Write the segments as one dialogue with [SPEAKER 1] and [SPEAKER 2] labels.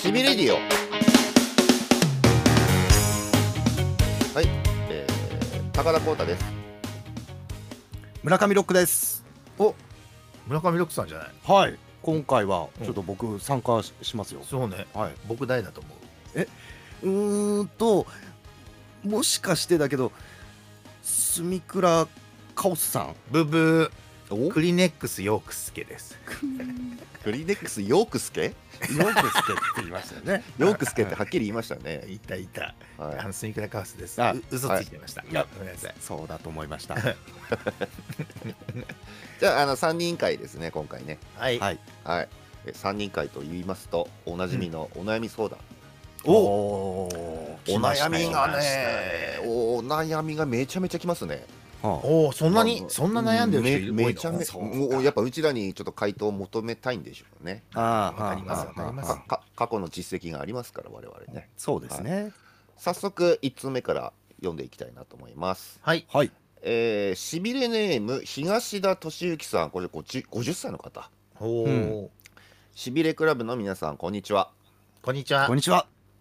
[SPEAKER 1] しみレディオはい、えー、高田光太です
[SPEAKER 2] 村上ロックですお
[SPEAKER 3] 村上ロックさんじゃない
[SPEAKER 2] はい今回はちょっと僕参加し,、ますよ
[SPEAKER 3] そうね
[SPEAKER 2] はい
[SPEAKER 3] 僕誰だと思う
[SPEAKER 2] うーんともしかしてだけど住倉カオスさん
[SPEAKER 3] ブブ
[SPEAKER 1] お
[SPEAKER 3] ークリネックスヨークスケです
[SPEAKER 1] クリネックスヨークスケ
[SPEAKER 2] よくスケって言いましたよ ね
[SPEAKER 1] ヨークスケってはっきり言いましたね、
[SPEAKER 3] いたいたあ
[SPEAKER 1] は
[SPEAKER 3] のスニーカーカウスです
[SPEAKER 2] あ
[SPEAKER 3] う嘘ついてました、
[SPEAKER 2] や
[SPEAKER 3] ごめんなさい
[SPEAKER 2] そうだと思いました
[SPEAKER 1] い、じゃああの三人会ですね今回ね
[SPEAKER 3] はい、
[SPEAKER 2] はい
[SPEAKER 1] はいえ三人会と言いますとおなじみのお悩み相談、
[SPEAKER 3] お
[SPEAKER 2] お
[SPEAKER 3] 来
[SPEAKER 1] お
[SPEAKER 3] ました
[SPEAKER 1] 悩
[SPEAKER 3] ね
[SPEAKER 1] みがね
[SPEAKER 3] 来ましたね
[SPEAKER 1] お悩みがめちゃめちゃきますね
[SPEAKER 2] は
[SPEAKER 3] おーそんな
[SPEAKER 1] あ
[SPEAKER 3] に
[SPEAKER 1] の
[SPEAKER 3] そんな悩んでる人いる
[SPEAKER 1] め
[SPEAKER 3] 多
[SPEAKER 1] め
[SPEAKER 3] い
[SPEAKER 1] ちゃ
[SPEAKER 3] の
[SPEAKER 1] めち
[SPEAKER 2] そ
[SPEAKER 1] ゃ
[SPEAKER 2] うか
[SPEAKER 1] もうやっぱうちらにちょっと回答を求めたいんでしょうね
[SPEAKER 2] あああ
[SPEAKER 3] わかります
[SPEAKER 2] あ
[SPEAKER 3] わかります
[SPEAKER 1] かか過去の実績がありますから我々ね
[SPEAKER 2] そうですね
[SPEAKER 1] 早速1通目から読んでいきたいなと思います
[SPEAKER 3] はい
[SPEAKER 2] はい
[SPEAKER 1] えー、しびれネーム東田敏行さんこれこっち50歳の方
[SPEAKER 3] おお、
[SPEAKER 2] う
[SPEAKER 1] しびれクラブの皆さんこんにちは
[SPEAKER 3] こんにちは
[SPEAKER 2] こんにちはい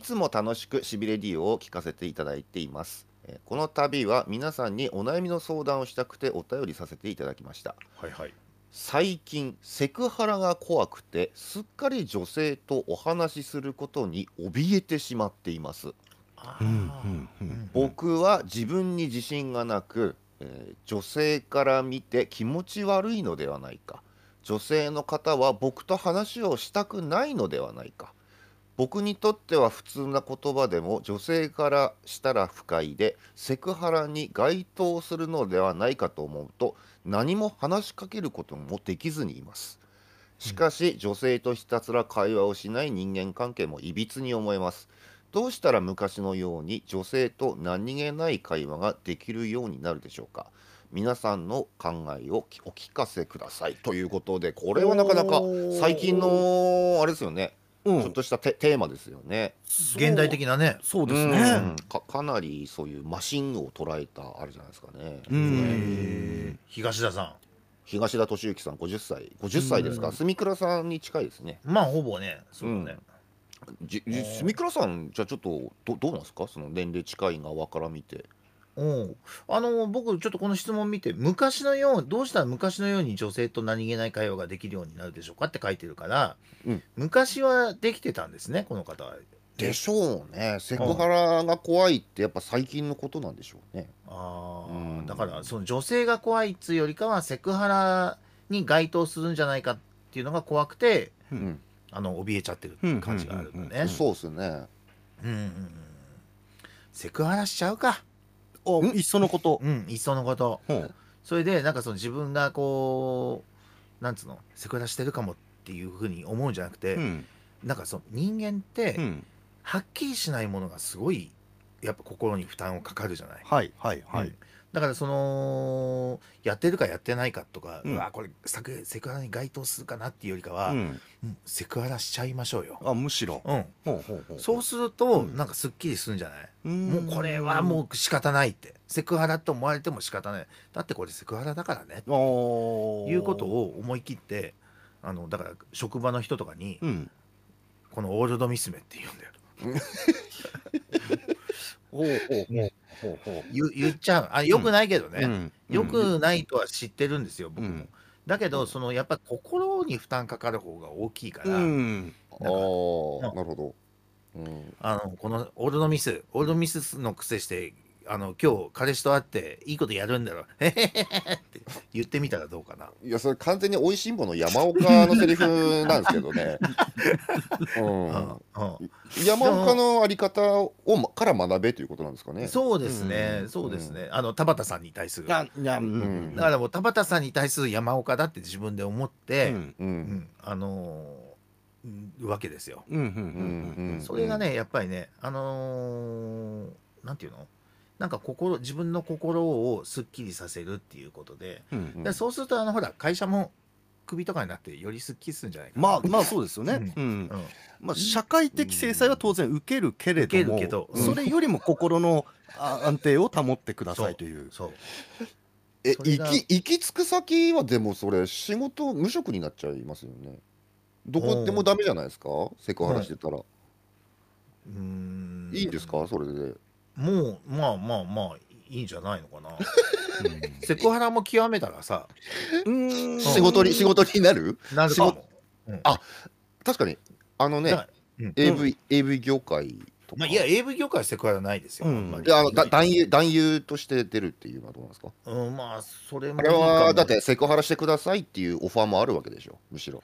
[SPEAKER 1] つも楽しくしびれディオを聞かせていただいていますえーこの度は皆さんにお悩みの相談をしたくてお便りさせていただきました
[SPEAKER 3] はいはい
[SPEAKER 1] 最近セクハラが怖くてすっかり女性とお話しすることに怯えてしまっています
[SPEAKER 3] あ
[SPEAKER 2] うん
[SPEAKER 3] ー
[SPEAKER 2] うんうん
[SPEAKER 1] 僕は自分に自信がなく、えー女性から見て気持ち悪いのではないか女性の方は僕と話をしたくないのではないか僕にとっては普通な言葉でも女性からしたら不快でセクハラに該当するのではないかと思うと何も話しかけることもできずにいますしかし女性とひたすら会話をしない人間関係もいびつに思えますどうしたら昔のように女性と何気ない会話ができるようになるでしょうか皆さんの考えをお聞かせくださいということでこれはなかなか最近のあれですよね
[SPEAKER 2] う
[SPEAKER 1] ちょっとしたテテーマですよね。
[SPEAKER 3] 現代的なね
[SPEAKER 2] そうですね
[SPEAKER 1] うんかかなりそういうマシンを捉えたあれじゃないですかね。
[SPEAKER 2] うん
[SPEAKER 3] 東田さ
[SPEAKER 1] 東田敏行さん50歳50歳ですか
[SPEAKER 3] うん
[SPEAKER 1] 住倉さんに近いですね。
[SPEAKER 3] んまあほぼねそうだね、
[SPEAKER 1] じ
[SPEAKER 3] う
[SPEAKER 1] じ
[SPEAKER 3] ん
[SPEAKER 1] 住倉さんじゃあちょっとどどうなんですかその年齢近い側から見て。
[SPEAKER 3] うん、あの僕ちょっとこの質問見て昔のようどうしたら昔のように女性と何気ない会話ができるようになるでしょうかって書いてるから、
[SPEAKER 1] うん
[SPEAKER 3] 昔はできてたんですねこの方は
[SPEAKER 1] でしょうねセクハラが怖いってやっぱ最近のことなんでしょうね。
[SPEAKER 3] あ
[SPEAKER 1] う
[SPEAKER 3] ー
[SPEAKER 1] ん
[SPEAKER 3] だからその女性が怖いっつうよりかはセクハラに該当するんじゃないかっていうのが怖くて
[SPEAKER 2] うん
[SPEAKER 1] うん
[SPEAKER 3] あの怯えちゃってる感じがあるんだ
[SPEAKER 2] う
[SPEAKER 3] ね
[SPEAKER 1] そうですね。
[SPEAKER 3] うんうんうんセクハラしちゃうか
[SPEAKER 2] おいっそのこと
[SPEAKER 3] うんいっそのこと
[SPEAKER 2] ほう
[SPEAKER 3] それでなんかその自分がこうなんつうのセクハラしてるかもっていうふうに思うんじゃなくて、
[SPEAKER 2] うん
[SPEAKER 3] なんかその人間って
[SPEAKER 2] うん
[SPEAKER 3] はっきりしないものがすごいやっぱ心に負担をかかるじゃない。
[SPEAKER 2] はいはいは
[SPEAKER 3] う
[SPEAKER 2] い
[SPEAKER 3] んだからそのやってるかやってないかとか、
[SPEAKER 2] う
[SPEAKER 3] うんわこれセクセクハラに該当するかなっていうよりかは、
[SPEAKER 2] うん
[SPEAKER 3] うんセクハラしちゃいましょうよ。
[SPEAKER 2] あむしろ
[SPEAKER 3] うん、
[SPEAKER 2] ほうほうほう
[SPEAKER 3] そうする
[SPEAKER 2] う
[SPEAKER 3] と、
[SPEAKER 2] ん
[SPEAKER 3] なんかすっきりするんじゃない、
[SPEAKER 2] も
[SPEAKER 3] もうこれはもう仕方ないってセクハラと思われても仕方ないだってこれセクハラだからね
[SPEAKER 2] うおー
[SPEAKER 3] いうことを思い切ってあのだから職場の人とかに、
[SPEAKER 2] うん
[SPEAKER 3] このオールドミスメって言うんだよ
[SPEAKER 2] ほうほうほうほう
[SPEAKER 3] 言う言っちゃうあよくないけどね、
[SPEAKER 2] うん
[SPEAKER 3] よくないとは知ってるんですよ、僕も。
[SPEAKER 2] うん
[SPEAKER 3] だけど、そのやっぱ心に負担かかる方が大きいから、
[SPEAKER 2] うん
[SPEAKER 1] ああー
[SPEAKER 3] なんか
[SPEAKER 1] なるほど。うん
[SPEAKER 3] あのこのオールドミス、オールドミスの癖して、あの今日彼氏と会っていいことやるんだろ、へへへへって言ってみたらどうかな。
[SPEAKER 1] いやそれ完全に美味しんぼの山岡のセリフなんですけど ね。うん、
[SPEAKER 3] うんうん
[SPEAKER 1] 山岡のあり方をまから学べということなんですかね。
[SPEAKER 3] そうですね、
[SPEAKER 2] うん
[SPEAKER 3] そうですね、あの田畑さんに対する。だ
[SPEAKER 2] あいやうん
[SPEAKER 1] うん
[SPEAKER 2] だか
[SPEAKER 3] からもう田畑さんに対する山岡だって自分で思
[SPEAKER 2] ら
[SPEAKER 3] って、
[SPEAKER 2] うん
[SPEAKER 1] う。
[SPEAKER 3] うんんあのーうんわけですよ。
[SPEAKER 2] うんうんうん
[SPEAKER 1] うん
[SPEAKER 3] それがね、やっぱりね、あのーなんていうのなんか心、自分の心をすっきりさせるっていうことで、
[SPEAKER 2] うん
[SPEAKER 1] う
[SPEAKER 3] で
[SPEAKER 1] ん
[SPEAKER 3] そうすると、あの、ほら、会社も首とかになって、よりすっきりするんじゃないかな。
[SPEAKER 2] まあまあそうですよね
[SPEAKER 3] う
[SPEAKER 2] うん
[SPEAKER 3] うん
[SPEAKER 2] まあ社会的制裁は当然受けるけれども
[SPEAKER 3] 受けるけどうん
[SPEAKER 2] それよりも心のあ安定を保ってくださいという
[SPEAKER 3] そう。
[SPEAKER 1] え
[SPEAKER 3] それが
[SPEAKER 1] 行き行き着く先はでもそれ仕事無職になっちゃいますよね。どこでもダメじゃないですかセクハラしてたら、
[SPEAKER 3] うーん
[SPEAKER 1] いいんですかそれで
[SPEAKER 3] もうまあまあまあいいんじゃないのかなセクハラも極めたらさ
[SPEAKER 2] うん
[SPEAKER 1] 仕事に仕事になる
[SPEAKER 3] なるかも、
[SPEAKER 1] 確かにあのね、
[SPEAKER 3] だうん
[SPEAKER 1] AV, AV 業界とか、
[SPEAKER 3] まあ、いや AV 業界はセクハラないですよ、
[SPEAKER 2] うん
[SPEAKER 3] あんまり
[SPEAKER 1] いやあのだ男優男優として出るっていうのはどうなんですか
[SPEAKER 3] うん、まあそれも
[SPEAKER 1] あ
[SPEAKER 3] いい
[SPEAKER 1] れ
[SPEAKER 3] かも
[SPEAKER 1] はだってセクハラしてくださいっていうオファーもあるわけでしょむしろ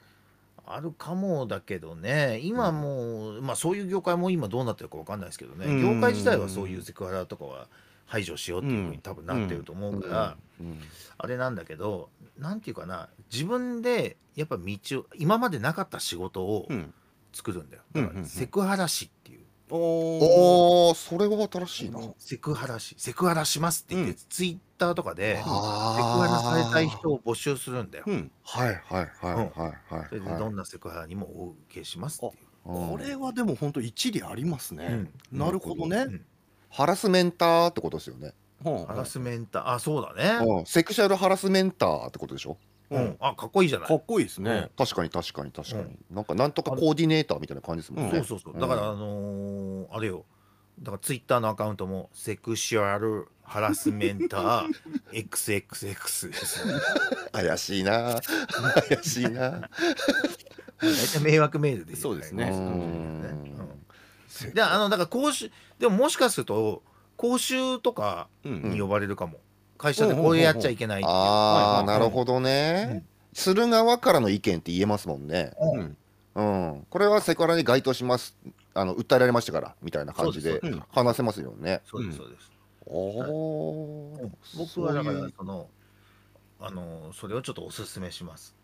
[SPEAKER 3] あるかもだけどね今もう、まあそういう業界も今どうなってるかわかんないですけどね、
[SPEAKER 2] うん
[SPEAKER 3] 業界自体はそういうセクハラとかは排除しようっていうふうに多分なってると思うから、
[SPEAKER 1] うん
[SPEAKER 3] あれなんだけどなんていうかな自分でやっぱ道を今までなかった仕事を
[SPEAKER 2] うん
[SPEAKER 3] 作るんだよ、
[SPEAKER 2] うん
[SPEAKER 3] だか
[SPEAKER 2] うんう
[SPEAKER 3] ら
[SPEAKER 2] ん
[SPEAKER 3] セクハラ師っていう、
[SPEAKER 2] おお
[SPEAKER 1] おーそれは新しいな
[SPEAKER 3] セクハラ師セクハラしますって言って、
[SPEAKER 2] うん
[SPEAKER 3] ツイッターとかでセク
[SPEAKER 1] あ
[SPEAKER 3] ハラされたい人を募集するんだよ、
[SPEAKER 2] うん
[SPEAKER 1] はいはいはいはいはい、
[SPEAKER 3] それでどんなセクハラにもお受けしますっていう
[SPEAKER 2] これはでも本当一理あります
[SPEAKER 3] う
[SPEAKER 2] ね
[SPEAKER 3] ん、
[SPEAKER 2] なるほどね
[SPEAKER 3] うん
[SPEAKER 1] ハラスメンターってことですよね、
[SPEAKER 2] うん
[SPEAKER 3] ハラスメンターあそうだね、
[SPEAKER 1] うん、セクシャルハラスメンターってことでしょ
[SPEAKER 3] う
[SPEAKER 2] うん
[SPEAKER 3] ん、あかっこいいじゃない。
[SPEAKER 2] かっこいいですね
[SPEAKER 1] 確かに確かに確かに、なんかなんとかコーディネーターみたいな感じですもん
[SPEAKER 3] そ
[SPEAKER 1] ね
[SPEAKER 3] う、そうそう。
[SPEAKER 1] うん
[SPEAKER 3] だから、あのーあれよ。だからツイッターのアカウントもセクシュアルハラスメンター XXX ですね。
[SPEAKER 1] 怪しいな怪しいな
[SPEAKER 3] 大体迷惑メールで
[SPEAKER 2] そうですね
[SPEAKER 1] う
[SPEAKER 3] うんんで、あのだから講習でももしかすると講習とか
[SPEAKER 2] うん
[SPEAKER 3] に呼ばれるかも。会社でこれやっちゃいけないっていう。
[SPEAKER 1] ああ
[SPEAKER 2] はいはいは
[SPEAKER 1] ないるほどね、
[SPEAKER 3] うん
[SPEAKER 1] する側からの意見って言えますもんね、
[SPEAKER 2] うん
[SPEAKER 1] うん、これはセクハラに該当しますあの訴えられましたからみたいな感じで
[SPEAKER 2] そうです
[SPEAKER 1] 話せますよね、
[SPEAKER 3] そうですそうです。
[SPEAKER 1] おー
[SPEAKER 3] 僕
[SPEAKER 1] そう
[SPEAKER 3] はだか
[SPEAKER 1] い
[SPEAKER 3] ら
[SPEAKER 1] う
[SPEAKER 3] そのあのーそれをちょっとおすすめします。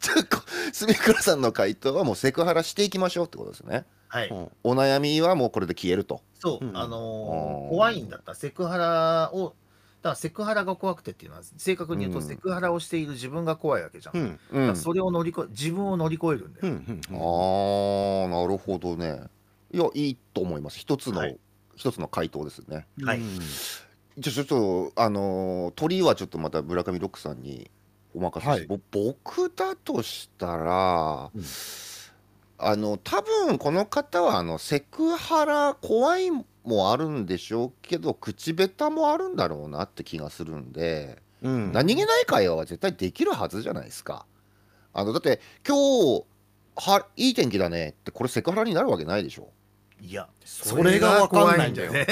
[SPEAKER 1] じゃあこすみくらさんの回答はもうセクハラしていきましょうってことですね
[SPEAKER 3] はい。
[SPEAKER 1] お悩みはもうこれで消えると
[SPEAKER 3] そう、
[SPEAKER 2] うん
[SPEAKER 3] あの
[SPEAKER 1] あー
[SPEAKER 3] ー怖いんだったセクハラをだからセクハラが怖くてっていうのは正確に言うと、
[SPEAKER 1] うん
[SPEAKER 3] セクハラをしている自分が怖いわけじゃん、
[SPEAKER 2] う
[SPEAKER 3] だ
[SPEAKER 2] ん
[SPEAKER 1] う
[SPEAKER 3] か
[SPEAKER 1] ん
[SPEAKER 3] らそれを乗り越え自分を乗り越えるんだ
[SPEAKER 2] う
[SPEAKER 3] よ、
[SPEAKER 2] ん
[SPEAKER 1] あーなるほどねいやいいと思います一つの、
[SPEAKER 3] はい
[SPEAKER 1] 一つの回答ですね
[SPEAKER 3] はい
[SPEAKER 1] じゃあちょっとあのー鳥はちょっとまた村上ロックさんにお任せして、ぼ僕だとしたら、
[SPEAKER 2] うん
[SPEAKER 1] あの多分この方はあのセクハラ怖いもあるんでしょうけど口下手もあるんだろうなって気がするんで、
[SPEAKER 2] うん
[SPEAKER 1] 何気ない会話は絶対できるはずじゃないですか。あのだって今日はいい天気だねってこれセクハラになるわけないでしょ
[SPEAKER 3] いや
[SPEAKER 2] それがわかんないんだよ
[SPEAKER 3] 怖い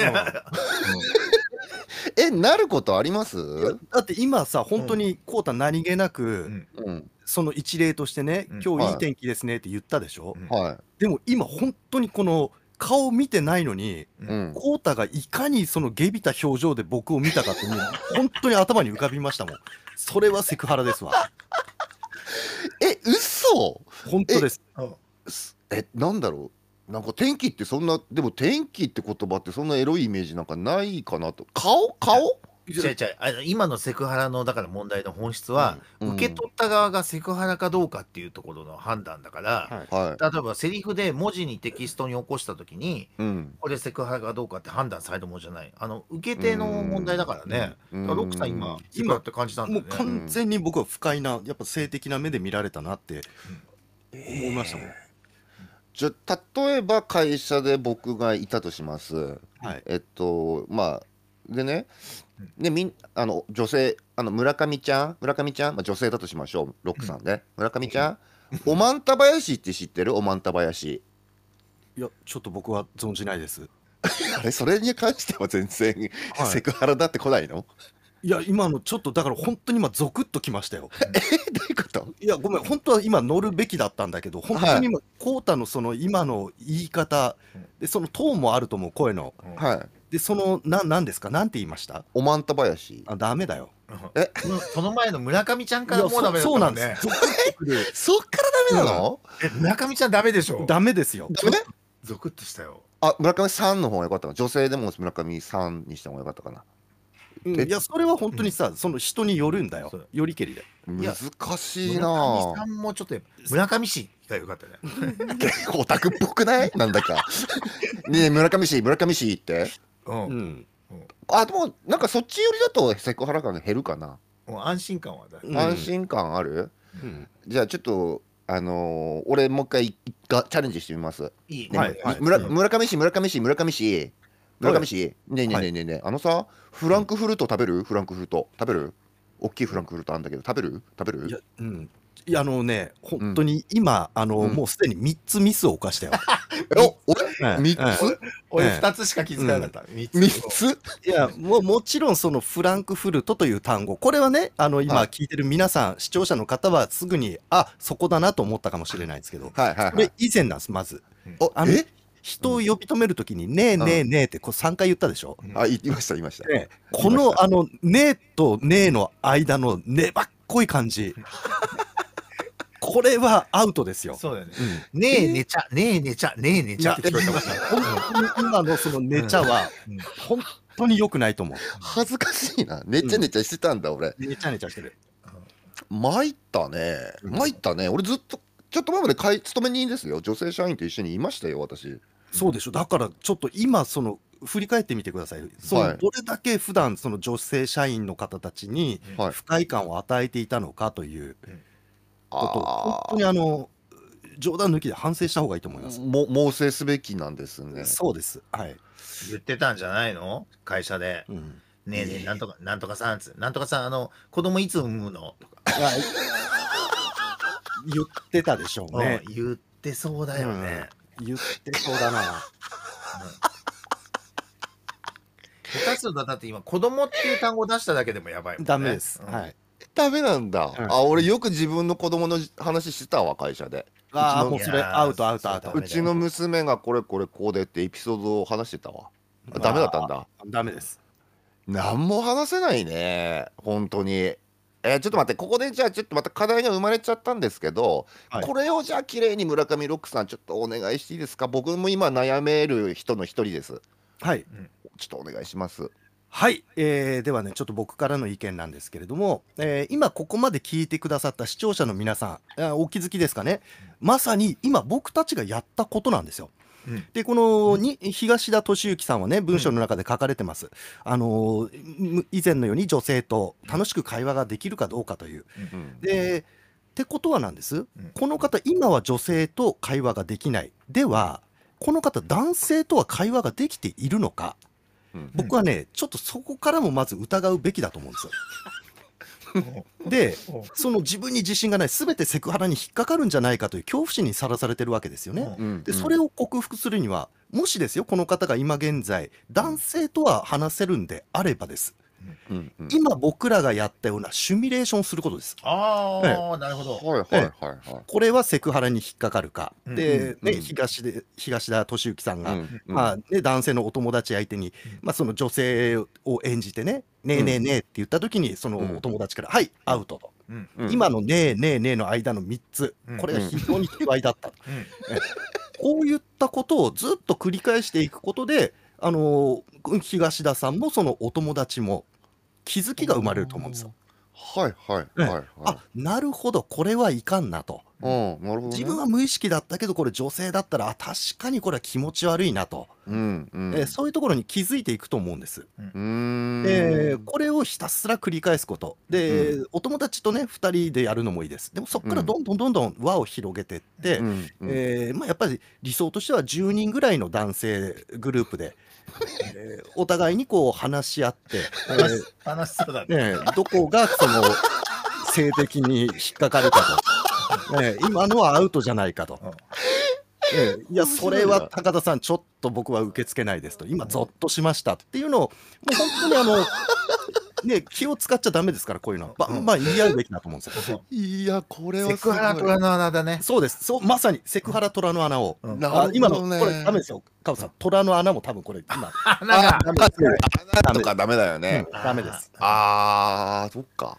[SPEAKER 1] えなることあります
[SPEAKER 2] うん
[SPEAKER 1] う
[SPEAKER 2] だって今さ本当にこうた何気なく、
[SPEAKER 3] うん
[SPEAKER 1] ん
[SPEAKER 2] その一例としてね、
[SPEAKER 3] うん
[SPEAKER 2] 今
[SPEAKER 1] はい
[SPEAKER 2] 日いい天気ですねって言ったでしょ、
[SPEAKER 3] うん
[SPEAKER 1] は
[SPEAKER 2] でも今本当にこの顔見てないのに
[SPEAKER 1] い、
[SPEAKER 3] うん
[SPEAKER 1] うん、
[SPEAKER 2] コータがいかにその下びた表情で僕を見たか ってもう本当に頭に浮かびましたもんそれはセクハラです わ
[SPEAKER 1] え嘘
[SPEAKER 2] 本当です
[SPEAKER 3] うん
[SPEAKER 1] すえなんだろうなんか天気ってそんなでも天気って言葉ってそんなエロいイメージなんかないかなと顔顔
[SPEAKER 3] 違う違うあの今のセクハラのだから問題の本質は、
[SPEAKER 1] うん
[SPEAKER 3] 受け取った側がセクハラかどうかっていうところの判断だから、
[SPEAKER 2] は
[SPEAKER 1] は
[SPEAKER 3] 例えばセリフで文字にテキストに起こした時に
[SPEAKER 1] い、うん、
[SPEAKER 3] これセクハラかどうかって判断されるものじゃないあの受け手の問題だからね、
[SPEAKER 1] うん
[SPEAKER 3] ロックさん今、今って感じたんだ
[SPEAKER 2] も
[SPEAKER 3] よ
[SPEAKER 2] う
[SPEAKER 3] ね。
[SPEAKER 2] 完全に僕は不快なやっぱ性的な目で見られたなって思いましたもん、
[SPEAKER 1] じゃ例えば会社で僕がいたとします
[SPEAKER 2] はい
[SPEAKER 1] えっとまあでね
[SPEAKER 3] うん
[SPEAKER 1] でみんあの女性あの村上ちゃん村上ちゃん、まあ、女性だとしましょうロックさんね、村上ちゃん、おまんた林って知ってるおまんた林
[SPEAKER 2] いやちょっと僕は存じないです
[SPEAKER 1] あれそれに関しては全然、
[SPEAKER 2] はい
[SPEAKER 1] セクハラだって来ないの
[SPEAKER 2] いや今のちょっとだから本当に今ゾクッときましたよ
[SPEAKER 1] えどういうこと
[SPEAKER 2] いやごめん本当は今乗るべきだったんだけど本当に今コータのその今の言い方
[SPEAKER 3] うん
[SPEAKER 2] でそのトーンもあると思う声の
[SPEAKER 3] うん
[SPEAKER 1] はい
[SPEAKER 2] でそのな何ですかなんて言いました
[SPEAKER 1] おまんた林
[SPEAKER 2] あダメだよ
[SPEAKER 1] え
[SPEAKER 3] うんその前の村上ちゃん
[SPEAKER 2] い
[SPEAKER 3] から
[SPEAKER 2] や
[SPEAKER 3] もうダメだった
[SPEAKER 2] そそうな
[SPEAKER 3] も
[SPEAKER 2] ん
[SPEAKER 3] ね
[SPEAKER 2] ですゾクッとくる
[SPEAKER 1] そっからダメなの、
[SPEAKER 3] え村上ちゃんダメでしょ。
[SPEAKER 2] ダメですよ
[SPEAKER 1] ダメ
[SPEAKER 3] ゾクッとしたよ。
[SPEAKER 1] あ村上さんの方が良かったかな女性でも村上さんにした方が良かったかな
[SPEAKER 2] うんいやそれは本当にさその人によるんだよ
[SPEAKER 3] そう
[SPEAKER 2] よりけりで
[SPEAKER 3] いや
[SPEAKER 1] 難しい
[SPEAKER 3] 村
[SPEAKER 1] な
[SPEAKER 3] 上さ
[SPEAKER 1] ぁ
[SPEAKER 3] んもちょっとやっぱ村上氏が良かったね。
[SPEAKER 1] 結 構オタクっぽくないなんだか ねえ村上氏村上氏って
[SPEAKER 3] うん
[SPEAKER 2] う。ん
[SPEAKER 1] あでもなんかそっち寄りだとセクハラ感が減るかな、
[SPEAKER 3] もう安心感はだ。
[SPEAKER 2] うん
[SPEAKER 1] 安心感ある
[SPEAKER 2] うん
[SPEAKER 1] じゃあちょっとあのー俺もう一回いがチャレンジしてみます。ね
[SPEAKER 3] いい。
[SPEAKER 1] え、
[SPEAKER 2] はいはい
[SPEAKER 1] 村
[SPEAKER 3] うん
[SPEAKER 1] 村上市村上市村上市村上市、ねえねえねえねえねえ、あのさフランクフルト食べるフランクフルト食べる大きいフランクフルトあんだけど食べる食べ
[SPEAKER 2] いや
[SPEAKER 1] る
[SPEAKER 2] うんいやあのね、本当に今、あの
[SPEAKER 1] うん
[SPEAKER 2] もうすでに3つミスを犯 したよ。
[SPEAKER 1] お俺
[SPEAKER 2] はい
[SPEAKER 1] 三
[SPEAKER 2] はい
[SPEAKER 1] つ
[SPEAKER 3] 俺
[SPEAKER 2] ええ
[SPEAKER 3] 2つしか気づかなかった。三つ
[SPEAKER 1] 三つ
[SPEAKER 2] いやもうもちろんそのフランクフルトという単語これはねあの今
[SPEAKER 1] はい
[SPEAKER 2] 聞いてる皆さん、視聴者の方はすぐにあそこだなと思ったかもしれないですけど
[SPEAKER 1] はいはい
[SPEAKER 2] こ
[SPEAKER 1] はい
[SPEAKER 2] れ以前なんですまず
[SPEAKER 1] お
[SPEAKER 2] あの
[SPEAKER 1] え
[SPEAKER 2] 人を呼び止めるときに「ねえねえねえ」ってこう3回言ったでしょ、
[SPEAKER 1] あ言いました言いました、
[SPEAKER 2] ねこのあの「ねえ」と「ねえ」の間の粘っこい感 じこれはアウトですよ。
[SPEAKER 3] そうだよね。
[SPEAKER 1] うん
[SPEAKER 3] ねえ、寝ちゃ、ねえ、寝ちゃ、ねえ、寝ちゃって聞こえたもんね
[SPEAKER 2] 今のその「ねちゃ」は
[SPEAKER 3] うん
[SPEAKER 2] 本当に良くないと思う。
[SPEAKER 1] 恥ずかしいなねっちゃねっちゃしてたんだ俺
[SPEAKER 2] ねちゃねちゃしてる。
[SPEAKER 1] 参ったね
[SPEAKER 3] うん
[SPEAKER 1] 参ったね俺ずっとちょっと前まで会勤め人ですよ女性社員と一緒にいましたよ私
[SPEAKER 2] そうでしょだからちょっと今その振り返ってみてください。その
[SPEAKER 1] はい
[SPEAKER 2] どれだけ普段その女性社員の方たちに
[SPEAKER 1] はい
[SPEAKER 2] 不快感を与えていたのかということ、本
[SPEAKER 1] あ
[SPEAKER 2] 当にあの冗談抜きで反省した方がいいと思いま
[SPEAKER 1] あ
[SPEAKER 2] す。
[SPEAKER 1] も猛省すべきなんですね
[SPEAKER 2] そうです。はい。
[SPEAKER 3] 言ってたんじゃないの会社で。
[SPEAKER 2] うん、
[SPEAKER 3] ねえねえ、なんとか、なんとかさんつ。なんとかさん、あの、子供いつ産むのとか。
[SPEAKER 2] いや 言ってたでしょうね
[SPEAKER 3] ね。、言ってそうだよね。
[SPEAKER 2] 言ってそうだな。
[SPEAKER 3] 下手するとだって今、子供っていう単語出しただけでもやばいもんね。
[SPEAKER 2] ダメです。
[SPEAKER 3] うん
[SPEAKER 2] は。い。
[SPEAKER 1] ダメなんだ、
[SPEAKER 2] うん
[SPEAKER 1] あ俺よく自分の子供の話してたわ会社で
[SPEAKER 2] ああ、
[SPEAKER 1] うちの
[SPEAKER 2] もうそれアウトアウトアウト
[SPEAKER 3] ダ。
[SPEAKER 1] う
[SPEAKER 3] メだよ
[SPEAKER 1] ちの娘がこれこれこうでってエピソードを話してたわあダメだったんだ
[SPEAKER 2] ダメです。
[SPEAKER 1] 何も話せないね本当にえーちょっと待ってここでじゃあちょっとまた課題が生まれちゃったんですけど、
[SPEAKER 2] はい
[SPEAKER 1] これをじゃあ綺麗に村上ロックさんちょっとお願いしていいですか僕も今悩める人の一人です
[SPEAKER 2] はい。
[SPEAKER 1] ちょっとお願いします
[SPEAKER 2] はい、えーではねちょっと僕からの意見なんですけれども、えー今ここまで聞いてくださった視聴者の皆さんあーお気づきですかねまさに今僕たちがやったことなんですよ。
[SPEAKER 3] うん
[SPEAKER 2] でこのに東田敏行さんはね文章の中で書かれてます、あのーむ以前のように女性と楽しく会話ができるかどうかという。
[SPEAKER 1] うん
[SPEAKER 2] でってことはなんです
[SPEAKER 3] うん
[SPEAKER 2] この方今は女性と会話ができないではこの方男性とは会話ができているのか
[SPEAKER 1] うん
[SPEAKER 2] 僕はね、ちょっとそこからもまず疑うべきだと思うんです よ。で、その自分に自信がない、すべてセクハラに引っかかるんじゃないかという恐怖心にさらされてるわけですよね。
[SPEAKER 1] うん
[SPEAKER 2] で、それを克服するには、もしですよ、この方が今現在、男性とは話せるんであればです。
[SPEAKER 1] うんうん
[SPEAKER 2] 今僕らがやったようなシミュレーションをすることです。
[SPEAKER 3] ああ、なるほど。
[SPEAKER 1] はいはいはいはい
[SPEAKER 2] これはセクハラに引っかかるか。
[SPEAKER 3] うん
[SPEAKER 2] で、
[SPEAKER 1] うん
[SPEAKER 2] ね、
[SPEAKER 1] うん
[SPEAKER 2] 東で、東田敏行さんが、
[SPEAKER 1] うんうん
[SPEAKER 2] まあね、男性のお友達相手に
[SPEAKER 3] うん、
[SPEAKER 2] まあ、その女性を演じてね、ねえねえねえって言った時に、その
[SPEAKER 1] うん
[SPEAKER 2] お友達から、はい、アウトと。
[SPEAKER 3] うん
[SPEAKER 1] うん
[SPEAKER 2] 今のねえねえねえの間の3つ
[SPEAKER 3] うん、
[SPEAKER 2] これが非常に卑猥だった。
[SPEAKER 3] うん
[SPEAKER 2] こういったことをずっと繰り返していくことで、あのー東田さんもそのお友達も気づきが生まれると思うんですよ。
[SPEAKER 1] はいはいはいはい
[SPEAKER 2] あなるほど、これはいかんなと。
[SPEAKER 1] うんなるほどね
[SPEAKER 2] 自分は無意識だったけど、これ女性だったら、あ確かにこれは気持ち悪いなと、
[SPEAKER 1] うんうん
[SPEAKER 2] えーそういうところに気づいていくと思うんです。
[SPEAKER 1] うーん
[SPEAKER 2] えーこれをひたすら繰り返すことで、お友達とね2人でやるのもいいですでもそこからどんどんどんどん輪を広げてって、
[SPEAKER 1] うんうん
[SPEAKER 2] えーまあ、やっぱり理想としては10人ぐらいの男性グループで、えーお互いにこう話し 合って、え
[SPEAKER 3] 話す話しそうだね。
[SPEAKER 2] ーねえどこがその性的に引っかかるかと、ねえ今のはアウトじゃないかと、ええいや
[SPEAKER 1] 面白
[SPEAKER 2] そ
[SPEAKER 1] いな
[SPEAKER 2] れは高田さんちょっと僕は受け付けないですと今ゾッとしましたっていうのをもう本当にあのね気を使っちゃダメですからこういうのは、まあ
[SPEAKER 3] うん
[SPEAKER 2] まあ言い合うべきだと思うんですよ。
[SPEAKER 1] いやこれは
[SPEAKER 3] セ
[SPEAKER 1] すご
[SPEAKER 3] ク
[SPEAKER 1] い
[SPEAKER 3] ハラ虎の穴だね。
[SPEAKER 2] そうですそうまさにセクハラ虎の穴を、
[SPEAKER 3] うん
[SPEAKER 1] なるほど
[SPEAKER 2] あ
[SPEAKER 1] ね
[SPEAKER 2] 今のこれダメですよカオさん虎の穴も多分これ今
[SPEAKER 3] 穴が
[SPEAKER 1] あ。ダメ穴とかダメだよね、
[SPEAKER 2] うんダメです。
[SPEAKER 1] あーそっか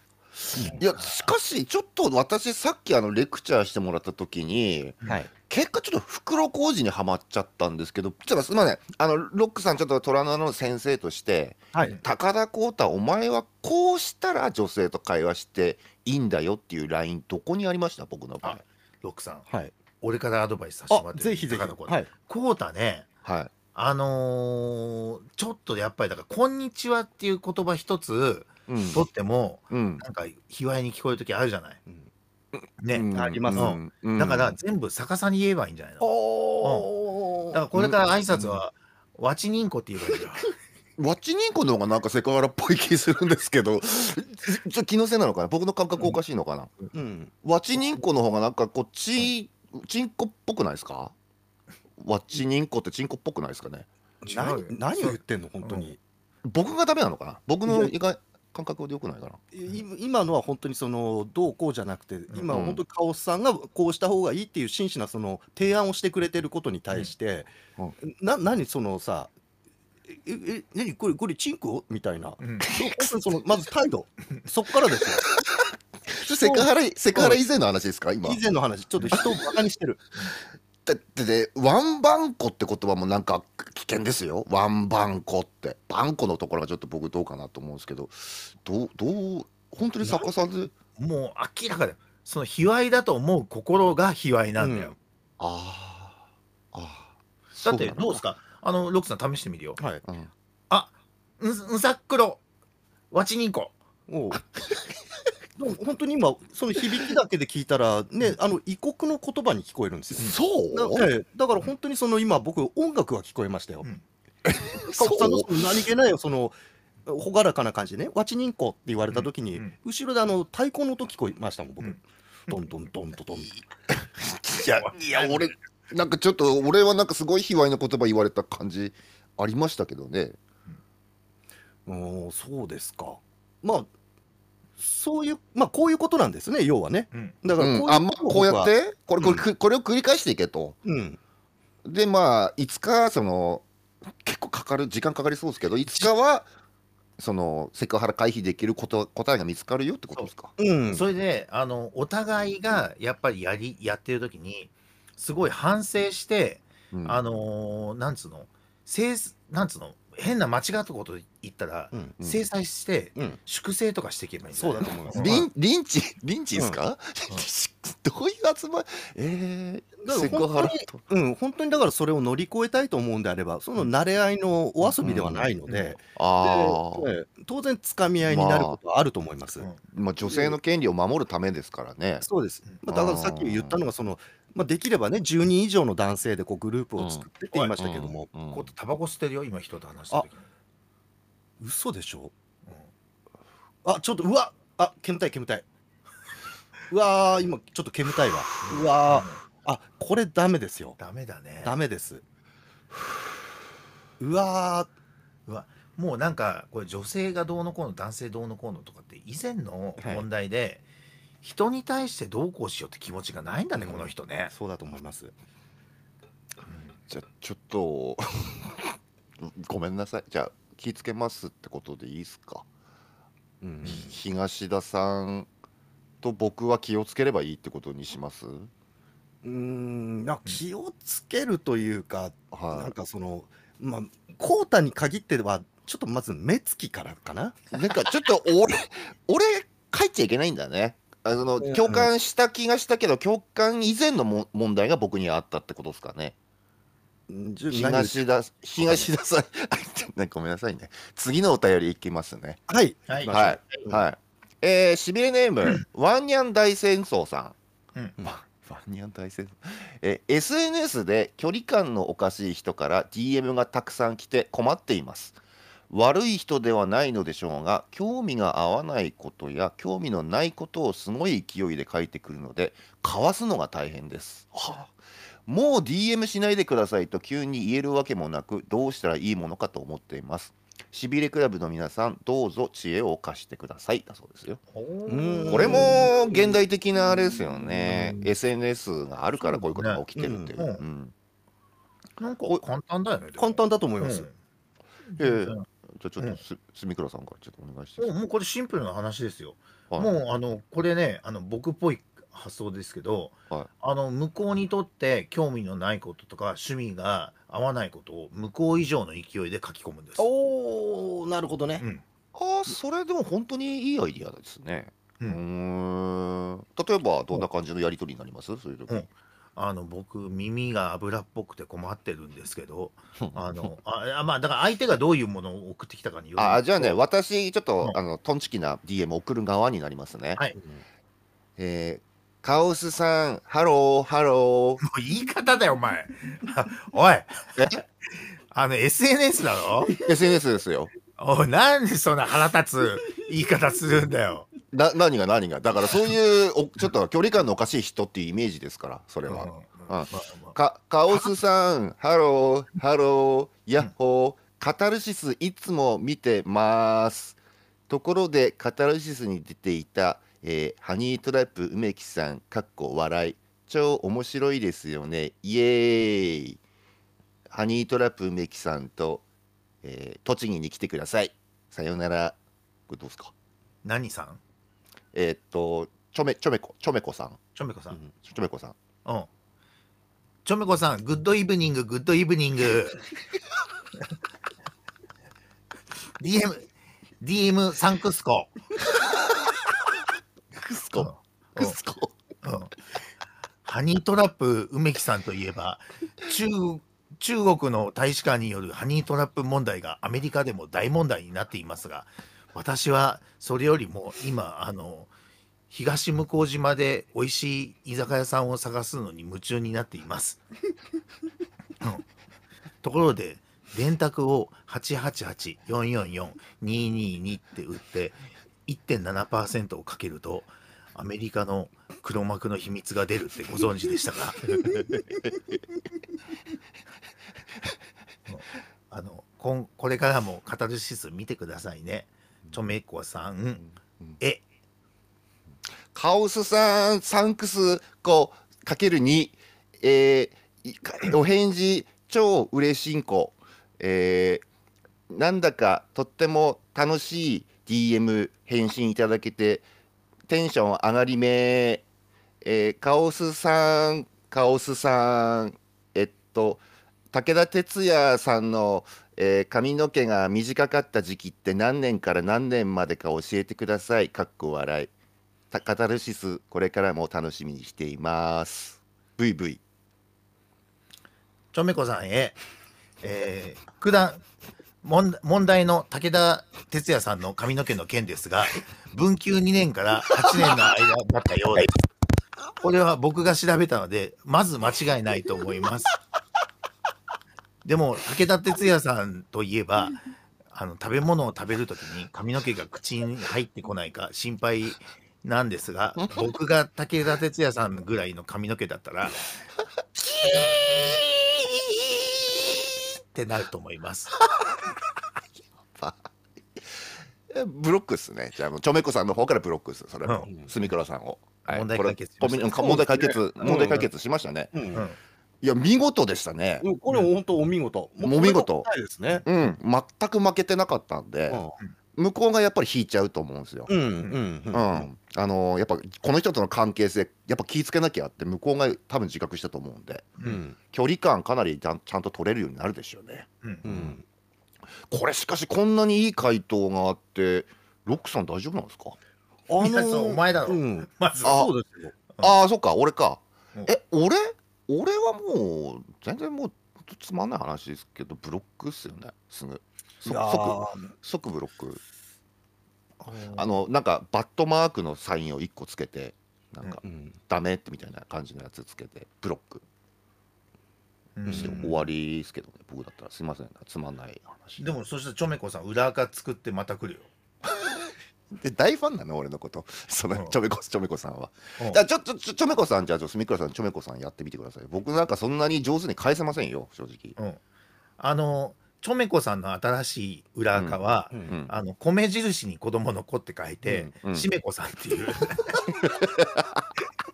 [SPEAKER 1] いやしかしちょっと私さっきあのレクチャーしてもらった時に
[SPEAKER 2] はい、
[SPEAKER 1] 結果ちょっと袋小路にはまっちゃったんですけどちょっとすいませんあのロックさんちょっと虎の穴の先生として
[SPEAKER 2] はい、
[SPEAKER 1] 高田浩太お前はこうしたら女性と会話していいんだよっていうラインどこにありました僕の場合
[SPEAKER 3] ロックさん、
[SPEAKER 2] はい、
[SPEAKER 3] 俺からアドバイスさせてもら
[SPEAKER 2] あ
[SPEAKER 3] って。
[SPEAKER 2] ぜひぜひ、
[SPEAKER 3] 高野君
[SPEAKER 2] はい、
[SPEAKER 3] こうたね。
[SPEAKER 1] はい
[SPEAKER 3] あのーちょっとやっぱりだから「こんにちは」っていう言葉一つ
[SPEAKER 1] うん
[SPEAKER 3] とっても
[SPEAKER 1] うん
[SPEAKER 3] なんか卑猥に聞こえる時あるじゃない。
[SPEAKER 2] うん
[SPEAKER 3] ね、
[SPEAKER 1] うん
[SPEAKER 2] あります
[SPEAKER 1] うんうん
[SPEAKER 3] だから全部逆さに言えばいいんじゃないのだか
[SPEAKER 2] お
[SPEAKER 3] らこれから挨拶は、わちにんこって言えばいいんだよ。
[SPEAKER 1] ワッチニンコの方がなんかセクハラっぽい気するんですけど、ちょ気のせいなのかな、僕の感覚おかしいのかな。
[SPEAKER 2] うん、
[SPEAKER 1] ワチニンコの方がなんかこうちチンコっぽくないですか？ワチニンコってチンコっぽくないですかね？
[SPEAKER 3] 違うよ
[SPEAKER 2] 何何を言ってんの本当に、
[SPEAKER 1] 僕がダメなのかな？僕の意外感覚で良くないかな？
[SPEAKER 2] い今のは本当にそのどうこうじゃなくて今は本当にカオスさんがこうした方がいいっていう真摯なその提案をしてくれてることに対して、
[SPEAKER 1] うん
[SPEAKER 2] な何そのさええ何これこれチンコみたいな
[SPEAKER 3] うん
[SPEAKER 2] そう本当にそのまず態度そっからですよ
[SPEAKER 1] セクハラセクハラ以前の話ですか？今
[SPEAKER 2] 以前の話ちょっと人をバカにしてる
[SPEAKER 1] だってでワンバンコって言葉もなんか危険ですよ。ワンバンコってバンコのところがちょっと僕どうかなと思うんですけど、どうどう本当に逆さで。
[SPEAKER 3] もう明らかだよ。その卑猥だと思う心が卑猥なんだよ。
[SPEAKER 1] あーあー。
[SPEAKER 3] だってどうです
[SPEAKER 1] か、
[SPEAKER 3] かあのロックさん試してみるよ。
[SPEAKER 2] はい
[SPEAKER 1] うん
[SPEAKER 3] んんさっくろ、わちにんこ。
[SPEAKER 2] おうでも本当に今その響きだけで聞いたらねあの異国の言葉に聞こえるんですよ
[SPEAKER 1] そう
[SPEAKER 2] なええだから本当にその今僕音楽が聞こえましたよ。
[SPEAKER 3] うん
[SPEAKER 2] カオさんのその何気ないよその朗らかな感じね「わちにんこ」って言われた時に、
[SPEAKER 3] うんうん
[SPEAKER 2] 後ろであの太鼓の音聞こえましたもん僕。
[SPEAKER 3] うん
[SPEAKER 2] ドンドンドンドンドン。
[SPEAKER 1] いや、いや、俺、なんかちょっと、俺はなんかすごい卑猥な言葉言われた感じありましたけどね。
[SPEAKER 2] おーそうですか。まあそういうまあこういうことなんですね要はね。
[SPEAKER 3] うん
[SPEAKER 2] だから
[SPEAKER 1] うん、あんまこうやっ
[SPEAKER 2] こ
[SPEAKER 1] て、これ、これ、
[SPEAKER 2] うん
[SPEAKER 1] くこれを繰り返していけと。
[SPEAKER 2] ういうことは。うん
[SPEAKER 1] で、まあ、いつか、その、結構かかる、時間かかりそうですけど、いつかは、その、セクハラ回避できること、答えが見つかるよってことですか。
[SPEAKER 2] うん、
[SPEAKER 3] それであのお互いがやっぱりやりやってる時にすごい反省して、
[SPEAKER 1] うん
[SPEAKER 3] あのーなんつうの制なんつうの変な間違ったこと言ったら、
[SPEAKER 2] うん
[SPEAKER 1] うん
[SPEAKER 3] 制裁して
[SPEAKER 2] うん
[SPEAKER 3] 粛清とかしていけばいいん
[SPEAKER 2] そうだ
[SPEAKER 3] ね
[SPEAKER 2] と思います。
[SPEAKER 1] リンリンチ、リンチですか、
[SPEAKER 3] うん
[SPEAKER 1] どういう集まり、え
[SPEAKER 2] だ
[SPEAKER 1] ー、
[SPEAKER 2] から
[SPEAKER 1] セクハラと。
[SPEAKER 2] うん、本当にだからそれを乗り越えたいと思うんであればその慣れ合いのお遊びではないので、
[SPEAKER 3] うんうん
[SPEAKER 1] ああ、
[SPEAKER 2] でええ当然つかみ合いになることはあると思います。
[SPEAKER 3] うん
[SPEAKER 1] まあ、女性の権利を守るためですからね。
[SPEAKER 2] そうです
[SPEAKER 3] うん、
[SPEAKER 2] まあ、だからさっき言ったのがその、まあ、できればね10人以上の男性でこうグループを作ってって言いましたけども、
[SPEAKER 1] うん、うん
[SPEAKER 3] こうやってタバコ吸ってるよ今人と話してる時に、
[SPEAKER 2] 嘘でしょ
[SPEAKER 3] うん
[SPEAKER 2] あちょっとうわあ煙たい 煙たいうわー今ちょっと煙たいわうわ
[SPEAKER 3] うん
[SPEAKER 2] ーあこれダメですよ
[SPEAKER 3] ダメだね
[SPEAKER 2] ダメですうわ
[SPEAKER 3] もうなんかこれ女性がどうのこうの男性どうのこうのとかって以前の問題で、人に対してどうこうしようって気持ちがないんだね、
[SPEAKER 2] うん
[SPEAKER 3] この人
[SPEAKER 2] ー
[SPEAKER 3] ね。
[SPEAKER 2] そうだと思います
[SPEAKER 1] じゃあちょっと ごめんなさいじゃあ気ぃつけますってことでいいですか、
[SPEAKER 2] うん
[SPEAKER 1] ひ東田さんと僕は気をつければいいってことにします
[SPEAKER 2] うーんいや気をつけるというかな
[SPEAKER 1] は
[SPEAKER 2] んかそのまあコータに限ってはちょっとまず目つきからかない
[SPEAKER 1] なんかちょっと俺 俺書いちゃいけないんだねあの
[SPEAKER 2] うん
[SPEAKER 1] 共感した気がしたけど共感以前のも問題が僕にはあったってことですかね
[SPEAKER 2] うんじゅ何より
[SPEAKER 1] 東田東田さん あちょっとごめんなさいね次のお便りいきますね
[SPEAKER 2] はい
[SPEAKER 3] は
[SPEAKER 2] 行きましょう
[SPEAKER 1] はいはいえー、しびれネームワンニャン大戦争さん
[SPEAKER 3] うん
[SPEAKER 1] ワンワンニャン大戦え SNS で距離感のおかしい人から DM がたくさん来て困っています悪い人ではないのでしょうが興味が合わないことや興味のないことをすごい勢いで書いてくるのでかわすのが大変です、はあもう DM しないでくださいと急に言えるわけもなくどうしたらいいものかと思っていますしびれクラブの皆さんどうぞ知恵を貸してくださいだそうですよ
[SPEAKER 2] うん
[SPEAKER 1] これも現代的なあれですよね、SNS があるからこういうことが起きてるっていう、
[SPEAKER 3] そうね
[SPEAKER 1] う
[SPEAKER 3] うんなんか簡単だよね。でも
[SPEAKER 2] 簡単だと思います、
[SPEAKER 1] ええ
[SPEAKER 3] うん
[SPEAKER 1] じゃあちょっとす、すみくらさんからちょっとお願いして
[SPEAKER 3] もうもうこれシンプルな話ですよ。
[SPEAKER 1] はい
[SPEAKER 3] もうあのこれねあの僕っぽい発想ですけど、
[SPEAKER 1] はい
[SPEAKER 3] あの向こうにとって興味のないこととか趣味が合わないことを向こう以上の勢いで書き込むんです。
[SPEAKER 2] おおなるほどね
[SPEAKER 3] う、ん
[SPEAKER 1] ああそれでも本当にいいアイディアですね
[SPEAKER 3] う
[SPEAKER 1] うんーん例えばどんな感じのやり取りになりますそういう時、
[SPEAKER 3] うんあの僕耳が油っぽくて困ってるんですけどあのああまあだから相手がどういうものを送ってきたかによ る
[SPEAKER 1] ああじゃあね私ちょっと、
[SPEAKER 3] うん
[SPEAKER 1] あのトンチキな DM 送る側になりますね、
[SPEAKER 3] はい
[SPEAKER 2] うん
[SPEAKER 1] えーカオスさん、ハロー、ハロ
[SPEAKER 3] もう言い方だよ、お前。 おい、
[SPEAKER 1] ー。
[SPEAKER 3] あの、SNS だろ
[SPEAKER 1] え SNS ですよ。
[SPEAKER 3] おい、なんでそんな腹立つ言い方するんだよ。
[SPEAKER 1] な何が何がだからそういうおちょっと距離感のおかしい人っていうイメージですからそれ
[SPEAKER 3] うん
[SPEAKER 1] は、
[SPEAKER 3] まあまあ
[SPEAKER 1] かカオスさんハローハローヤッホーカタルシスいつも見てますところでカタルシスに出ていた、えーハニートラップ梅木さんかっこ笑い超面白いですよねイエーイハニートラップ梅木さんと、えー栃木に来てくださいさよならこれどうですか
[SPEAKER 3] 何さん
[SPEAKER 1] えーっと、ちょめ、ちょめこ、ちょめこさん。
[SPEAKER 3] ちょめこさん。
[SPEAKER 1] ちょめこさん。
[SPEAKER 3] うん。ちょめこさん、グッドイブニング、グッドイブニン グ。DM、DM サンクスコ。
[SPEAKER 1] クス
[SPEAKER 3] うん。
[SPEAKER 1] クスコ。
[SPEAKER 3] うんハニートラップ梅木さんといえば中中国の大使館によるハニートラップ問題がアメリカでも大問題になっていますが私はそれよりも今あの東向島で美味しい居酒屋さんを探すのに夢中になっています、うんところで電卓を888444222って打って1.7%をかけるとアメリカの黒幕の秘密が出るってご存知でした かあのこんこれからもカタルシス見てくださいね。チョメッコさん、え、
[SPEAKER 1] カオスさん、サンクスコ、かける2。えーいかお返事、超嬉しんこ。えーなんだかとっても楽しい DM 返信いただけて、テンション上がりめえーカオスさん、カオスさん、えっと、武田鉄矢さんの、えー髪の毛が短かった時期って何年から何年までか教えてください。かっこ笑い。たカタルシス、これからも楽しみにしています。VV。
[SPEAKER 3] チョメコさんへ、えー、普段問問題の武田鉄矢さんの髪の毛の件ですが、文久2年から8年の間だったようです。これは僕が調べたので、まず間違いないと思います。でも、武田鉄矢さんといえば、あの食べ物を食べるときに髪の毛が口に入ってこないか心配なんですが、僕が武田鉄矢さんぐらいの髪の毛だったら、ってなると思います。
[SPEAKER 1] えブロックですね。じゃあ、もうちょめこさんの方からブロックです。それは、
[SPEAKER 3] うん
[SPEAKER 1] すみくろさんを。はい
[SPEAKER 3] 問題
[SPEAKER 1] これ
[SPEAKER 3] 解決しました
[SPEAKER 1] コミュニ問題解決、
[SPEAKER 2] うん
[SPEAKER 1] 問題解決しましたね。
[SPEAKER 2] うん
[SPEAKER 3] うん
[SPEAKER 1] いや、見事でしたね。
[SPEAKER 2] うんこれ本当お見事。もう
[SPEAKER 1] お見事
[SPEAKER 2] これ答えですね。
[SPEAKER 1] うん、全く負けてなかったんで、向こうがやっぱり引いちゃうと思うんですよ。
[SPEAKER 2] うんうんう
[SPEAKER 1] うんん、あのーやっぱこの人との関係性、やっぱ気ぃつけなきゃって、向こうが多分自覚したと思うんで、
[SPEAKER 2] う
[SPEAKER 3] うんん
[SPEAKER 1] 距離感かなりちゃんちゃんと取れるようになるでしょうね。
[SPEAKER 3] うん
[SPEAKER 2] うん。
[SPEAKER 1] これしかしこんなにいい回答があってロックさん大丈夫なんですか
[SPEAKER 2] あの
[SPEAKER 3] いやそうお前だろ
[SPEAKER 2] うん
[SPEAKER 3] まず
[SPEAKER 1] あ
[SPEAKER 2] そうですよ。
[SPEAKER 3] うん
[SPEAKER 1] ああそっか俺か
[SPEAKER 3] うん
[SPEAKER 1] え俺俺はもう全然もうつまんない話ですけどブロックっすよねすぐそ
[SPEAKER 2] いや
[SPEAKER 1] 即
[SPEAKER 2] ー
[SPEAKER 1] 即ブロックあ
[SPEAKER 3] あ
[SPEAKER 1] のなんかバットマークのサインを1個つけてなんか
[SPEAKER 2] うん
[SPEAKER 1] ダメってみたいな感じのやつつけてブロック
[SPEAKER 3] うん
[SPEAKER 1] して終わりですけどね僕だったらすいませんつまんない話
[SPEAKER 3] でもそしたらチョメコさん裏垢作ってまた来るよ。
[SPEAKER 1] で大ファンなの俺のこと その
[SPEAKER 3] うん
[SPEAKER 1] ちょめこちょめこさんは
[SPEAKER 3] うん
[SPEAKER 1] じゃあちょちょちょちょめこさんじゃあちょすみくらさんちょめこさんやってみてください僕なんかそんなに上手に返せませんよ正直
[SPEAKER 3] うんあのチョメコさんの新しい裏垢は、
[SPEAKER 2] う
[SPEAKER 1] うんん
[SPEAKER 3] あの米印に子供の子って書いて、
[SPEAKER 1] うん
[SPEAKER 3] しめこさんっていう。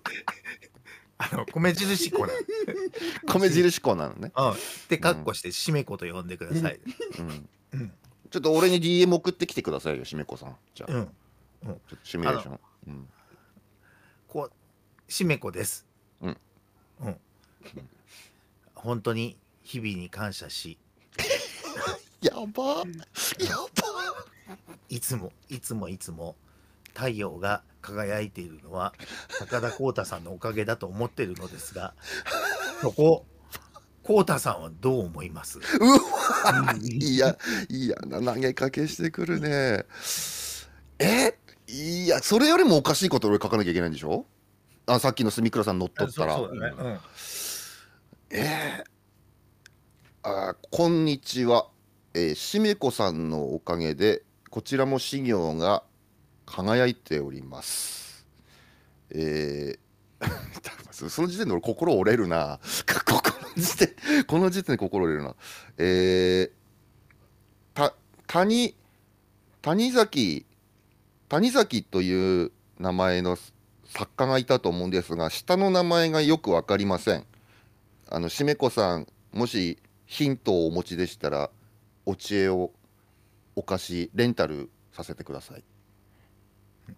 [SPEAKER 3] あの米印子なん
[SPEAKER 1] 米印子なのね、
[SPEAKER 3] うん、で、カッコして、しめこと呼んでください。
[SPEAKER 1] うん
[SPEAKER 3] うん、
[SPEAKER 1] ちょっと俺に DM 送ってきてくださいよしめこさんじゃあ、
[SPEAKER 3] う
[SPEAKER 1] ちょ
[SPEAKER 3] ん、
[SPEAKER 1] っとシミュレーション、うん
[SPEAKER 3] こう、しめこです。
[SPEAKER 1] うん。
[SPEAKER 3] うん。本当に日々に感謝し、
[SPEAKER 1] やばや
[SPEAKER 3] いつもいつもいつも太陽が輝いているのは高田光太さんのおかげだと思ってるので すが、そこ光太さんはどう思います？
[SPEAKER 1] ばうわいやいやな投げかけしてくるねえいやそれよりもおかしいこと俺書かなきゃいけないんでしょあさっきの住倉さん乗っ取ったら、
[SPEAKER 3] そうそうだね。うん
[SPEAKER 1] えー、あーこんにちは、えー、しめこさんのおかげでこちらも資料が輝いておりますえー その時点で俺心折れるな ここの時点この時点で心折れるなえー、た谷谷崎谷崎という名前の作家がいたと思うんですが下の名前がよく分かりませんあのしめこさんもしヒントをお持ちでしたらお知恵をお貸しレンタルさせてください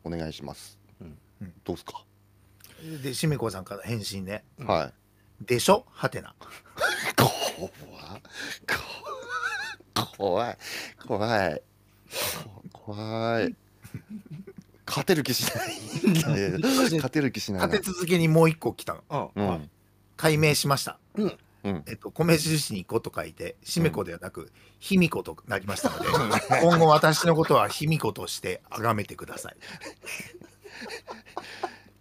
[SPEAKER 1] お願いします、
[SPEAKER 2] うん
[SPEAKER 1] うんどうすか、
[SPEAKER 3] で、しめこさんから返信ね。
[SPEAKER 2] うん
[SPEAKER 1] はい
[SPEAKER 3] でしょはてな。
[SPEAKER 1] 怖っ怖い怖い怖い勝てる気しないいやいや勝てる気しないな
[SPEAKER 3] 立て続けにもう一個来たの。
[SPEAKER 2] あ
[SPEAKER 1] うん
[SPEAKER 2] はい
[SPEAKER 3] 解明しました。
[SPEAKER 1] うん
[SPEAKER 3] えっと、米印に子と書いて、しめこではなく、ひみことなりましたの で、今後私のことはひみことして崇めてください。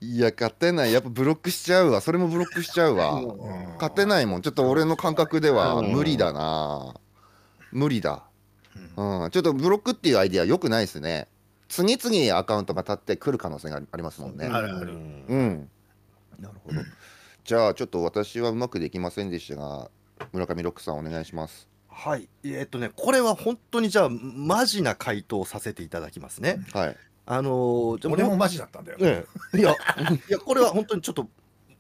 [SPEAKER 1] いや勝てないやっぱブロックしちゃうわそれもブロックしちゃうわ
[SPEAKER 3] うん
[SPEAKER 1] 勝てないもんちょっと俺の感覚では無理だな無理だ
[SPEAKER 3] うん
[SPEAKER 1] うんちょっとブロックっていうアイディア良くないですね次々アカウントが立ってくる可能性がありますもんね
[SPEAKER 3] あるあ
[SPEAKER 2] う
[SPEAKER 3] る
[SPEAKER 2] ん
[SPEAKER 1] うんなるほどじゃあちょっと私はうまくできませんでしたが村上ロックさんお願いします
[SPEAKER 2] はい、えーっとね、これは本当にじゃあ、マジな回答をさせていただきますね。
[SPEAKER 1] はい
[SPEAKER 2] あのー、じゃあ
[SPEAKER 3] 俺もマジだったんだよ。
[SPEAKER 2] ええいや、 いや、これは本当にちょっと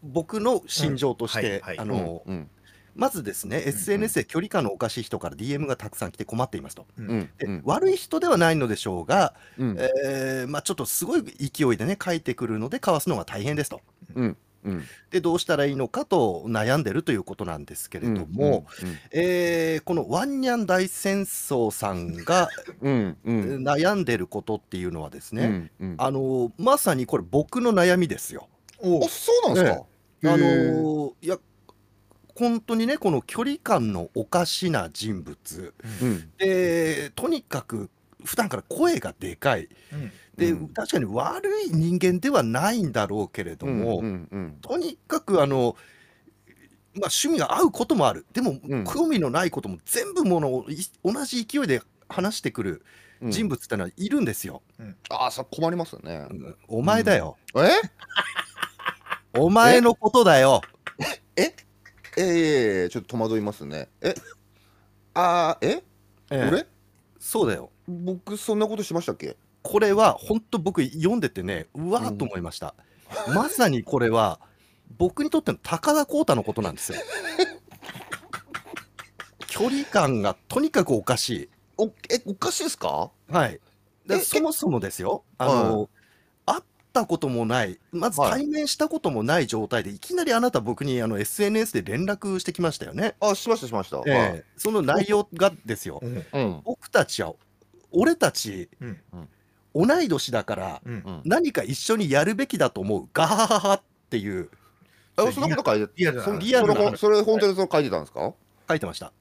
[SPEAKER 2] 僕の心情とし
[SPEAKER 3] うん
[SPEAKER 2] て
[SPEAKER 3] はい、はい
[SPEAKER 2] あ
[SPEAKER 1] あ
[SPEAKER 2] のー、
[SPEAKER 1] うん
[SPEAKER 2] まずですね、SNS で距離感のおかしい人から DM がたくさん来て困っていますと。
[SPEAKER 1] うんうん
[SPEAKER 2] で
[SPEAKER 1] うん
[SPEAKER 2] 悪い人ではないのでしょうが、
[SPEAKER 1] うん
[SPEAKER 2] えーまあ、ちょっとすごい勢いでね、書いてくるので、かわすのが大変ですと。
[SPEAKER 1] うん
[SPEAKER 2] で、どうしたらいいのかと悩んでるということなんですけれども、えーこのワンニャン大戦争さんが
[SPEAKER 1] うんうんうんうん
[SPEAKER 2] 悩んでることっていうのはですね、
[SPEAKER 1] うんうんあ
[SPEAKER 2] あのーまさにこれ僕の悩みですよ。
[SPEAKER 3] おう
[SPEAKER 1] そうなんですか
[SPEAKER 2] あの
[SPEAKER 1] へ
[SPEAKER 2] ーいや本当にねこの距離感のおかしな人物
[SPEAKER 1] えうん
[SPEAKER 2] でとにかく普段から声がでかい
[SPEAKER 3] うん
[SPEAKER 2] で、
[SPEAKER 1] うん
[SPEAKER 2] 確かに悪い人間ではないんだろうけれども、
[SPEAKER 1] うんうん
[SPEAKER 2] とにかくあの、まあ、趣味が合うこともあるでも、
[SPEAKER 1] うん
[SPEAKER 2] 興味のないことも全部ものをい同じ勢いで話してくる
[SPEAKER 1] うん
[SPEAKER 2] 人物ってのはいるんですよ。
[SPEAKER 1] ああそれ困りますよね
[SPEAKER 2] うんお前だよ、
[SPEAKER 1] え
[SPEAKER 2] お前のことだよ。
[SPEAKER 1] ええええちょっと戸惑いますね。えあーえ
[SPEAKER 2] ええ
[SPEAKER 1] 俺
[SPEAKER 2] そうだよ。
[SPEAKER 1] 僕そんなことしましたっけ
[SPEAKER 2] これは本当僕読んでてねうわーっと思いました、まさにこれは僕にとっての高田浩太のことなんですよ距離感がとにかくおかし
[SPEAKER 1] おえおかしいですか
[SPEAKER 2] いはいで
[SPEAKER 1] え
[SPEAKER 2] そもそもですよあの、会ったこともないまず
[SPEAKER 1] はい
[SPEAKER 2] 対面したこともない状態で、い、きなりあなた僕にあの SNS で連絡してきましたよね、
[SPEAKER 1] あしましたしました。
[SPEAKER 2] ええその内容がですよ
[SPEAKER 3] うん
[SPEAKER 1] はいうん
[SPEAKER 2] 僕たちは俺たち
[SPEAKER 3] うん
[SPEAKER 2] 同い年だから、
[SPEAKER 3] うん
[SPEAKER 1] うん
[SPEAKER 2] 何か一緒にやるべきだと思うガハハハっていう
[SPEAKER 1] えそんなこと書いて
[SPEAKER 3] リアルな
[SPEAKER 1] そ
[SPEAKER 3] 話
[SPEAKER 2] リアルな
[SPEAKER 1] それほんそれ本当にそう書いてたんですか
[SPEAKER 2] 書いてました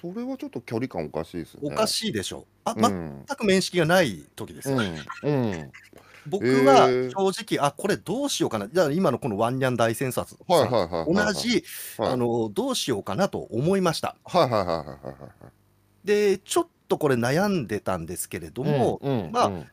[SPEAKER 1] それはちょっと距離感おかしいですね。
[SPEAKER 2] おかしいでしょあ、
[SPEAKER 1] う
[SPEAKER 2] 全
[SPEAKER 1] ん
[SPEAKER 2] く面識がない時です
[SPEAKER 1] う
[SPEAKER 2] よ、
[SPEAKER 1] んうん
[SPEAKER 2] 僕
[SPEAKER 1] へー
[SPEAKER 2] は正直あこれどうしようかなだから今のこのワンニャン大戦殺
[SPEAKER 1] はいはいはいはいはい
[SPEAKER 2] 同じ、
[SPEAKER 1] はい
[SPEAKER 2] あのどうしようかなと思いました
[SPEAKER 1] はいはいはいはいはいはい
[SPEAKER 2] でちょっとこれ悩んでたんですけれども、
[SPEAKER 1] うんうん
[SPEAKER 2] まあ
[SPEAKER 1] うん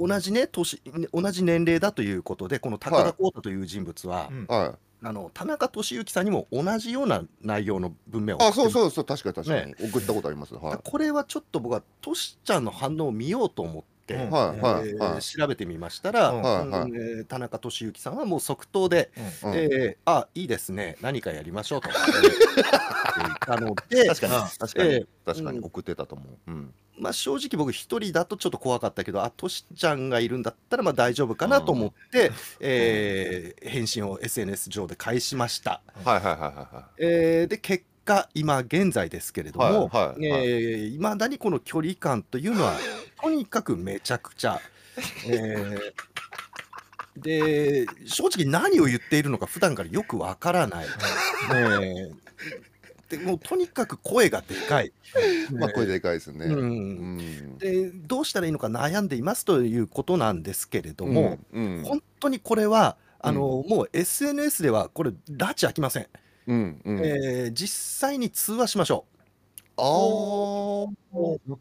[SPEAKER 2] 同じね年同じ年齢だということでこの高田浩太という人物は、
[SPEAKER 3] うん
[SPEAKER 1] はい
[SPEAKER 2] あの田中俊之さんにも同じような内容の文面を送
[SPEAKER 1] あ
[SPEAKER 2] って
[SPEAKER 1] そうそうそう確かに確かに送ったことありますはい
[SPEAKER 2] これはちょっと僕はトシちゃんの反応を見ようと思って、
[SPEAKER 3] うん
[SPEAKER 1] はいはい
[SPEAKER 2] えー
[SPEAKER 1] はい
[SPEAKER 2] 調べてみましたら、
[SPEAKER 3] うん
[SPEAKER 1] はいはい
[SPEAKER 2] うんえー田中俊之さんはもう即答で、
[SPEAKER 1] うん
[SPEAKER 2] えーあいいですね何かやりましょう とえー言ったので、
[SPEAKER 1] 確かに
[SPEAKER 3] あ
[SPEAKER 1] 確か
[SPEAKER 2] え
[SPEAKER 1] に
[SPEAKER 2] え
[SPEAKER 1] 確かに
[SPEAKER 2] うん
[SPEAKER 1] 送ってたと思ううん
[SPEAKER 2] まあ、正直僕一人だとちょっと怖かったけどあトシちゃんがいるんだったらまあ大丈夫かなと思って、えー返信を SNS 上で返しました。
[SPEAKER 1] はいはいはいはいはい
[SPEAKER 2] えーで結果今現在ですけれども、
[SPEAKER 1] はいはいはい
[SPEAKER 2] えー、未だにこの距離感というの はとにかくめちゃくちゃ、えーで正直何を言っているのか普段からよくわからない、えーでもうとにかく声がでかい、
[SPEAKER 1] まあ声でかいですね。
[SPEAKER 2] う、
[SPEAKER 1] うんん
[SPEAKER 2] でどうしたらいいのか悩んでいますということなんですけれども、
[SPEAKER 1] うん、うん
[SPEAKER 2] 本当にこれはあの、もう SNS ではこれ、拉致飽きません、
[SPEAKER 1] うんうん。
[SPEAKER 2] えー実際に通話しましょ
[SPEAKER 1] あー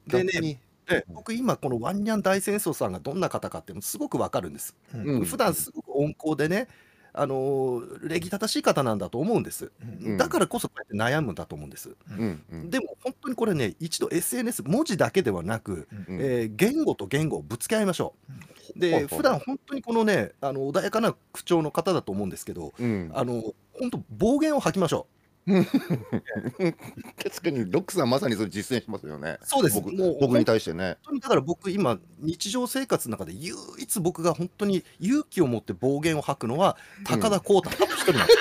[SPEAKER 2] でね
[SPEAKER 1] 逆に
[SPEAKER 2] う。で僕、今、このワンニャン大戦争さんがどんな方かっていうのすごくわかるんです。
[SPEAKER 1] うん
[SPEAKER 2] 普段すごく温厚でね、あのー礼儀正しい方なんだと思うんです。
[SPEAKER 1] うん
[SPEAKER 2] だからこそこうやって悩むんだと思うんです。
[SPEAKER 1] うんうん
[SPEAKER 2] でも本当にこれね、一度 SNS、文字だけではなく、
[SPEAKER 1] うん
[SPEAKER 2] えー言語と言語をぶつけ合いましょう。
[SPEAKER 1] ほうほ
[SPEAKER 2] で、
[SPEAKER 1] う
[SPEAKER 2] 普段本当にこのね、あの穏やかな口調の方だと思うんですけど、
[SPEAKER 1] うん
[SPEAKER 2] あの本当、暴言を吐きましょ
[SPEAKER 1] 確かにロックさんまさにそれ実践しますよね
[SPEAKER 2] う。。そうです、
[SPEAKER 1] 僕
[SPEAKER 2] もう
[SPEAKER 1] 僕に対してね。
[SPEAKER 2] 本当にだから僕、今、日常生活の中で唯一僕が本当に勇気を持って暴言を吐くのは、高田浩太ただ一人なんです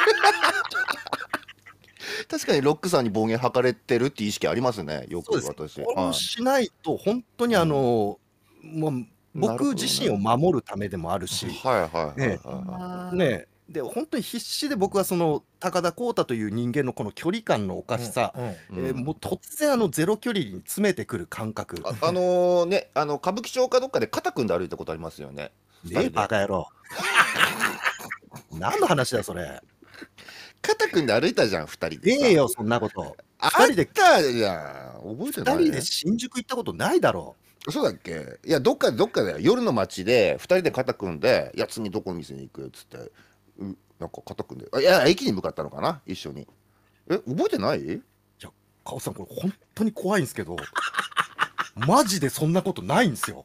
[SPEAKER 1] 確かにロックさんに暴言吐かれてるって意識ありますね。よく
[SPEAKER 2] そうです
[SPEAKER 1] 私。
[SPEAKER 2] こ れ
[SPEAKER 1] は
[SPEAKER 2] を
[SPEAKER 1] い
[SPEAKER 2] しないと、本当にあの、もう
[SPEAKER 1] なるほど
[SPEAKER 2] 僕
[SPEAKER 1] ね
[SPEAKER 2] 自身を守るためでもあるし、
[SPEAKER 1] はいはいはいはい
[SPEAKER 2] ね
[SPEAKER 1] は
[SPEAKER 2] ね、で本当に必死で僕はその高田浩太という人間のこの距離感のおかしさ、
[SPEAKER 3] うんうん
[SPEAKER 1] い。
[SPEAKER 2] えーもう突然あのゼロ距離に詰めてくる感覚、
[SPEAKER 1] ああのね、あの歌舞伎町かどっかで肩組んで歩いたことありますよね。
[SPEAKER 2] ねえ、バカ野郎。何の話だよそれ。
[SPEAKER 1] 肩組んで歩いたじゃん、二人で
[SPEAKER 2] ね
[SPEAKER 1] さ。
[SPEAKER 2] えよ、そんなこと。
[SPEAKER 1] あっ
[SPEAKER 2] 二人で
[SPEAKER 1] たじゃん。覚えて
[SPEAKER 2] 二
[SPEAKER 1] ない
[SPEAKER 2] 人で新宿行ったことないだろ。
[SPEAKER 1] そうだっけいや、どっかどっかだよ。夜の街で、二人で肩組んで、いや、次どこの店に行くよっつって、うなんか肩組んで、あいや、駅に向かったのかな、一緒に。え、覚えてないう
[SPEAKER 2] カオさん、これ本当に怖いんですけど、 マジでそんなことないんですよ。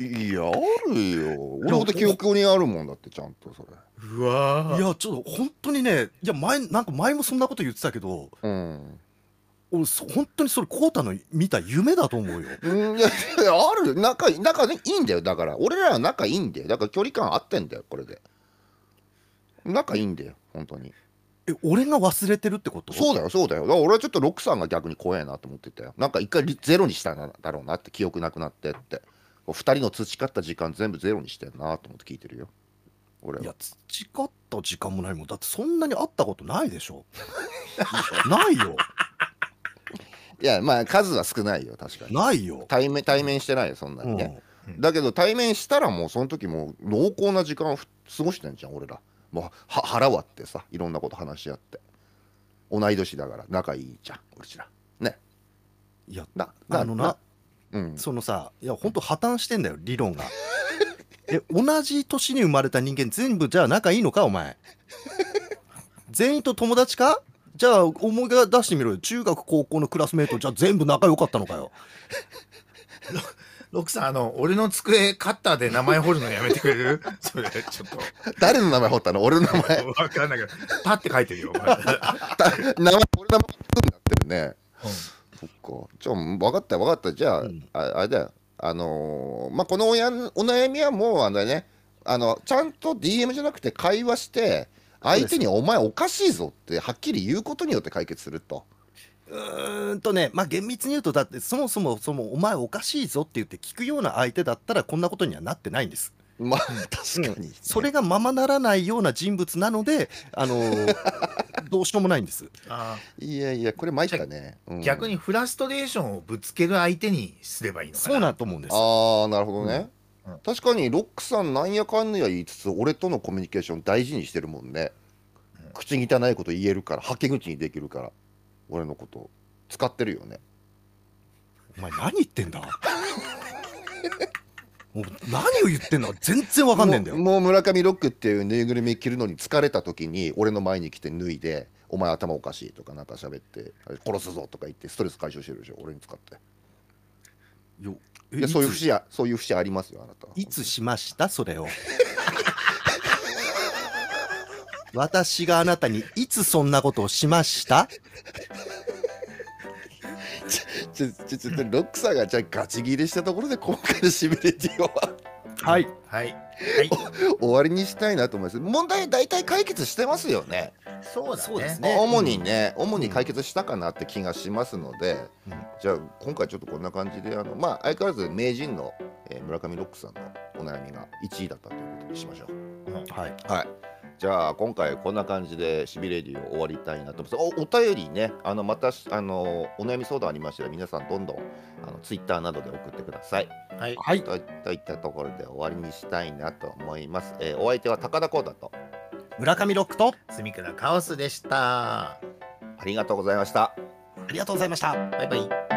[SPEAKER 1] いや、あるよ。俺ほど記憶にあるもんだって、ちゃんとそれ。
[SPEAKER 3] うわ
[SPEAKER 2] い
[SPEAKER 3] ー
[SPEAKER 2] や、ちょっと本当にね、いや、前、なんか前もそんなこと言ってたけど、
[SPEAKER 1] うん。
[SPEAKER 2] 俺、そ本当にそれ、コウタの見た夢だと思うよ。
[SPEAKER 1] うん、いや、いやある。仲、仲ね、いいんだよ。だから、俺らは仲いいんだよ。だから距離感合ってんだよ、これで。仲いいんだよ、本当に。
[SPEAKER 2] え、俺が忘れてるってこと
[SPEAKER 1] そうだよ、そうだよ。だから俺はちょっとロックさんが逆に怖いなと思ってたよ。なんか一回リゼロにしたんだろうなって、記憶なくなってって。こう二人の培った時間全部ゼロにしてんなと思って聞いてるよ。俺
[SPEAKER 2] い
[SPEAKER 1] は
[SPEAKER 2] や。、培った時間もないもん。だってそんなに会ったことないでしょ。 ないよ。
[SPEAKER 1] いや、まあ数は少ないよ、確かに。
[SPEAKER 2] ないよ。
[SPEAKER 1] 対面、対面して ないよ、そんな
[SPEAKER 2] う
[SPEAKER 1] に
[SPEAKER 2] ん、
[SPEAKER 1] ね。だけど対面したらもうその時もう濃厚な時間をふ過ごしてんじゃん俺らもうは腹割ってさいろんなこと話し合って同い年だから仲いいじゃん俺ら
[SPEAKER 2] いや、
[SPEAKER 1] な
[SPEAKER 2] あのな、
[SPEAKER 1] うん
[SPEAKER 2] そのさ、いや、本当破綻してんだよ、理論が。 え、同じ年に生まれた人間、全部じゃあ仲いいのか、お前。全員と友達かじゃあ思い出してみろよ中学高校のクラスメートじゃあ全部仲良かったのかよ
[SPEAKER 3] ロックさん、あの、俺の机カッターで名前彫るのやめてくれる それ、ちょっ
[SPEAKER 1] 誰の名前掘ったの俺の名前
[SPEAKER 3] と、わかんないけど、パって書いてるよ、お前
[SPEAKER 1] た 名前俺の名前掘るんだってるねそっかじゃあ分かった分かったじゃあ、
[SPEAKER 2] うん
[SPEAKER 1] ああれだよあのーまあこのおやんお悩みはもうあのねあのちゃんと DM じゃなくて会話して相手に「お前おかしいぞ」ってはっきり言うことによって解決すると。
[SPEAKER 2] うーんとね、まあ、厳密に言うと、だってそもそもそもお前おかしいぞって言って聞くような相手だったら、こんなことにはなってないんです。
[SPEAKER 1] まあ確かに、
[SPEAKER 2] それがままならないような人物なので、あのー どうしようもないんです。
[SPEAKER 3] あ
[SPEAKER 1] いやいやこれ参ったね、
[SPEAKER 3] ー逆
[SPEAKER 1] に
[SPEAKER 3] にフラストレーションをぶつける相手にすればいいのかな。
[SPEAKER 2] そうなんと思うんです。
[SPEAKER 1] ああなるほどね、
[SPEAKER 3] うんうん
[SPEAKER 1] 確かにロックさんなんやかんや言いつつ俺とのコミュニケーション大事にしてるもんね、
[SPEAKER 3] うん
[SPEAKER 1] 口汚いこと言えるからはけ口にできるから俺のこと使ってるよね
[SPEAKER 2] お前、何言ってんだ もう何を言ってんだ全然わかんねえんだよ。
[SPEAKER 1] もうもう村上ロックっていうぬいぐるみ着るのに疲れた時に俺の前に来て脱いで「お前頭おかしい」とかなんか喋って「殺すぞ」とか言ってストレス解消してるでしょ俺に使って
[SPEAKER 2] よ
[SPEAKER 1] いやそういう
[SPEAKER 2] つ
[SPEAKER 1] 節やそういう節ありますよあなた
[SPEAKER 2] いつしましたそ れを。私があなたにいつそんなことをしました
[SPEAKER 1] ちょちょちょロックさんがじゃあガチ切れしたところで今回のシビリティは
[SPEAKER 2] はい。
[SPEAKER 3] はい。はい。
[SPEAKER 1] 終わりにしたいなと思います問題大体解決してますよね
[SPEAKER 3] そうだ
[SPEAKER 2] そうです
[SPEAKER 3] ね。
[SPEAKER 2] ね
[SPEAKER 1] 主にね、主に解決したかなって気がしますので、
[SPEAKER 2] うん
[SPEAKER 1] じゃあ今回ちょっとこんな感じであのまあ相変わらず名人の、えー村上ロックさんのお悩みが1位だったということにしましょう
[SPEAKER 2] はい。
[SPEAKER 1] はい。じゃあ今回こんな感じでしびれディを終わりたいなと思います。おお便りね、あのまたあのお悩み相談ありましたら皆さんどんどんあのツイッターなどで送ってください。
[SPEAKER 3] はい。
[SPEAKER 2] はい。
[SPEAKER 1] とといったところで終わりにしたいなと思います。えーお相手は高田浩太と
[SPEAKER 2] 村上ロックと
[SPEAKER 3] 住倉カオスでし
[SPEAKER 1] あ
[SPEAKER 3] た。
[SPEAKER 1] りがとうございました。
[SPEAKER 2] ありがとうございました。
[SPEAKER 3] バイバイ。